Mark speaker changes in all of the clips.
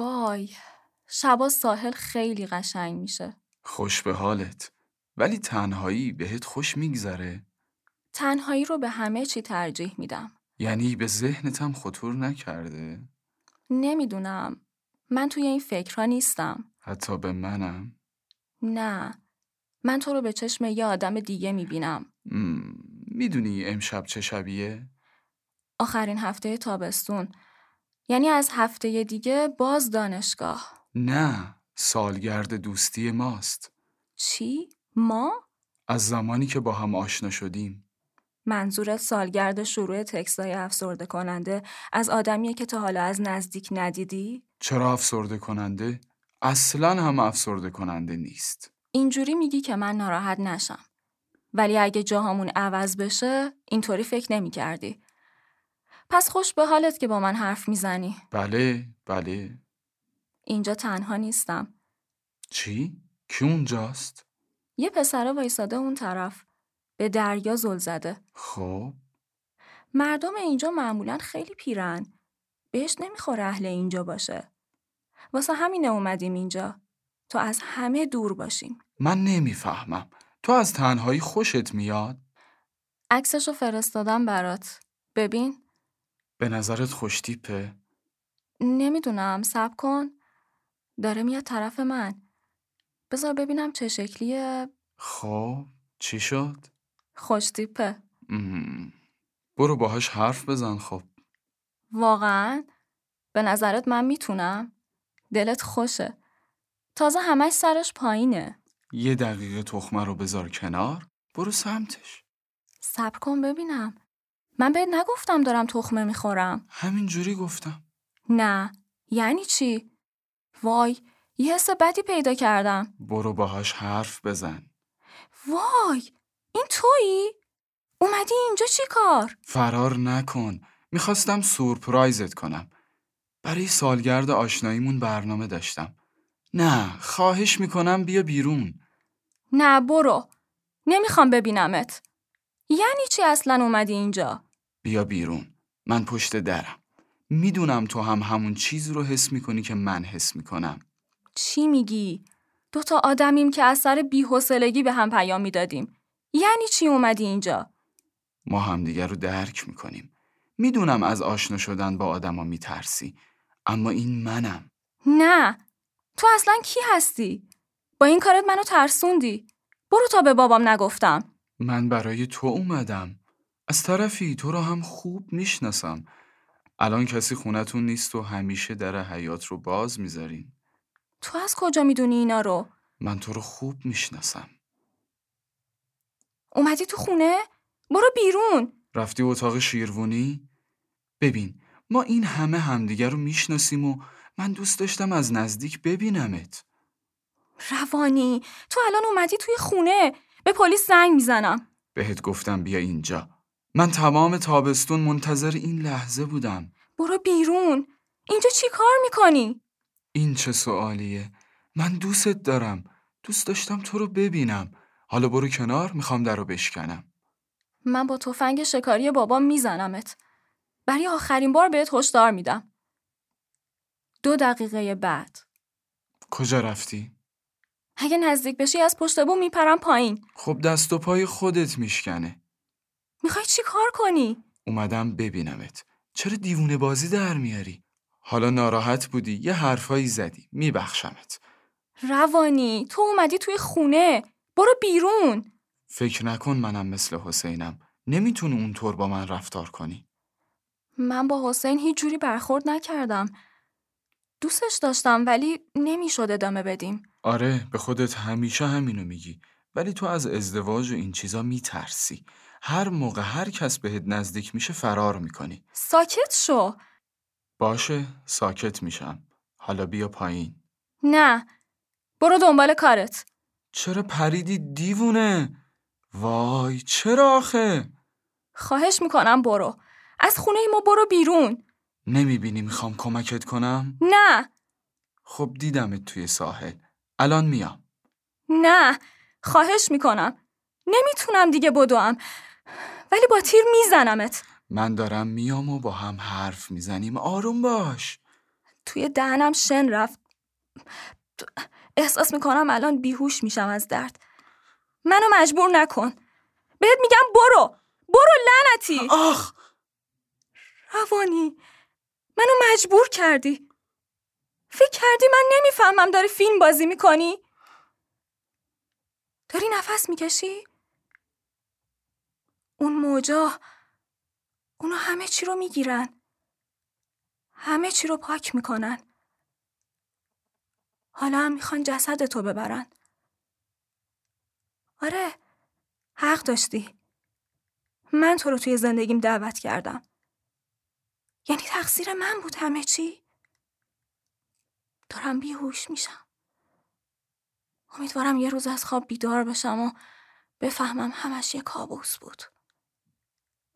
Speaker 1: وای شبا ساحل خیلی قشنگ میشه
Speaker 2: خوش به حالت ولی تنهایی بهت خوش میگذره
Speaker 1: تنهایی رو به همه چی ترجیح میدم
Speaker 2: یعنی به ذهنت هم خطور نکرده
Speaker 1: نمیدونم من توی این فکرها نیستم
Speaker 2: حتی به منم
Speaker 1: نه من تو رو به چشم یه آدم دیگه میبینم
Speaker 2: م، میدونی امشب چه شبیه
Speaker 1: آخرین هفته تابستون یعنی از هفته دیگه باز دانشگاه
Speaker 2: نه سالگرد دوستی ماست
Speaker 1: چی؟ ما؟
Speaker 2: از زمانی که با هم آشنا شدیم
Speaker 1: منظورت سالگرد شروع تکستای افسرده کننده از آدمیه که تا حالا از نزدیک ندیدی؟
Speaker 2: چرا افسرده کننده اصلا هم افسرده کننده نیست
Speaker 1: اینجوری میگی که من ناراحت نشم. ولی اگه جاهامون عوض بشه، اینطوری فکر نمی کردی. پس خوش به حالت که با من حرف میزنی.
Speaker 2: بله بله
Speaker 1: اینجا تنها نیستم.
Speaker 2: چی کی اونجاست
Speaker 1: یه پسره وایساده اون طرف. به دریا زل زده.
Speaker 2: خب
Speaker 1: مردم اینجا معمولا خیلی پیرن. بهش نمیخوره اهل اینجا باشه. واسه همینه اومدیم اینجا. تا از همه دور باشیم.
Speaker 2: من نمیفهمم تو از تنهایی خوشت میاد
Speaker 1: عکسشو فرستادم برات. ببین
Speaker 2: به نظرت خوشتیپه
Speaker 1: نمیدونم سب کن داره میاد طرف من بذار ببینم چه شکلیه
Speaker 2: خب چی شد
Speaker 1: خوش تیپه
Speaker 2: مم. برو باهاش حرف بزن خب
Speaker 1: واقعا به نظرت من میتونم دلت خوشه تازه همش سرش پایینه
Speaker 2: یه دقیقه تخمه رو بذار کنار برو سمتش
Speaker 1: سب کن ببینم من بهت نگفتم دارم تخمه میخورم
Speaker 2: همینجوری گفتم
Speaker 1: نه یعنی چی وای یه حس بدی پیدا کردم
Speaker 2: برو باهاش حرف بزن
Speaker 1: وای این تویی اومدی اینجا چی کار
Speaker 2: فرار نکن میخواستم سورپرایزت کنم برای سالگرد آشناییمون برنامه داشتم نه خواهش میکنم بیا بیرون
Speaker 1: نه برو نمیخوام ببینمت یعنی چی اصلا اومدی اینجا
Speaker 2: بیا بیرون من پشت درم میدونم تو هم همون چیز رو حس میکنی که من حس میکنم
Speaker 1: چی میگی دوتا آدمیم که از سر بیحوصلگی به هم پیام میدادیم یعنی چی اومدی اینجا
Speaker 2: ما همدیگر رو درک میکنیم میدونم از آشنا شدن با آدما میترسی اما این منم
Speaker 1: نه تو اصلا کی هستی با این کارت منو ترسوندی برو تا به بابام نگفتم
Speaker 2: من برای تو اومدم از طرفی تو رو هم خوب میشناسم الان کسی خونتون نیست و همیشه در حیات رو باز میذارین
Speaker 1: تو از کجا میدونی اینا رو
Speaker 2: من تو رو خوب میشناسم
Speaker 1: اومدی تو خونه برو بیرون
Speaker 2: رفتی اتاق شیروانی؟ ببین ما این همه همدیگر رو میشناسیم و من دوست داشتم از نزدیک ببینمت
Speaker 1: روانی تو الان اومدی توی خونه به پلیس زنگ میزنم
Speaker 2: بهت گفتم بیا اینجا من تمام تابستون منتظر این لحظه بودم
Speaker 1: برو بیرون اینجا چی کار میکنی
Speaker 2: این چه سوالیه من دوستت دارم دوست داشتم تو رو ببینم حالا برو کنار میخوام در رو بشکنم
Speaker 1: من با تفنگ شکاری بابام میزنمت. برای آخرین بار بهت هشدار میدم. دو دقیقه بعد
Speaker 2: کجا رفتی؟
Speaker 1: اگه نزدیک بشی از پشت بوم میپرم پایین.
Speaker 2: خب دست و پای خودت میشکنه
Speaker 1: میخوای چی کار کنی؟
Speaker 2: اومدم ببینمت چرا دیوونه بازی در میاری؟ حالا ناراحت بودی یه حرفایی زدی میبخشمت
Speaker 1: روانی تو اومدی توی خونه. برو بیرون.
Speaker 2: فکر نکن منم مثل حسینم نمیتونی اونطور با من رفتار کنی
Speaker 1: من با حسین هیچ جوری برخورد نکردم. دوستش داشتم ولی نمیشد ادامه بدیم.
Speaker 2: آره به خودت همیشه همینو میگی ولی تو از ازدواج و این چیزا میترسی هر موقع هر کس بهت نزدیک میشه فرار میکنی
Speaker 1: ساکت شو.
Speaker 2: باشه ساکت میشم حالا بیا پایین
Speaker 1: نه. برو دنبال کارت.
Speaker 2: چرا پریدی دیوونه وای چرا آخه
Speaker 1: خواهش میکنم برو. از خونه ما برو بیرون.
Speaker 2: نمیبینی میخوام کمکت کنم
Speaker 1: نه
Speaker 2: خب دیدمت توی ساحل الان میام
Speaker 1: نه خواهش میکنم نمیتونم دیگه بدوم ولی با تیر میزنمت
Speaker 2: من دارم میام و با هم حرف میزنیم آروم باش
Speaker 1: توی دهنم شن رفت تو- احساس میکنم الان بیهوش میشم از درد منو مجبور نکن بهت میگم برو برو لعنتی
Speaker 2: آخ
Speaker 1: روانی منو مجبور کردی فکر کردی من نمیفهمم داری فیلم بازی میکنی داری نفس میکشی اون موجا اونا همه چی رو میگیرن همه چی رو پاک میکنن حالا هم میخوان جسد تو ببرن آره حق داشتی من تو رو توی زندگیم دعوت کردم یعنی تقصیر من بود همه چی؟ دارم بیهوش میشم. امیدوارم یه روز از خواب بیدار بشم و بفهمم همش یه کابوس بود.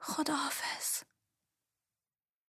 Speaker 1: خداحافظ.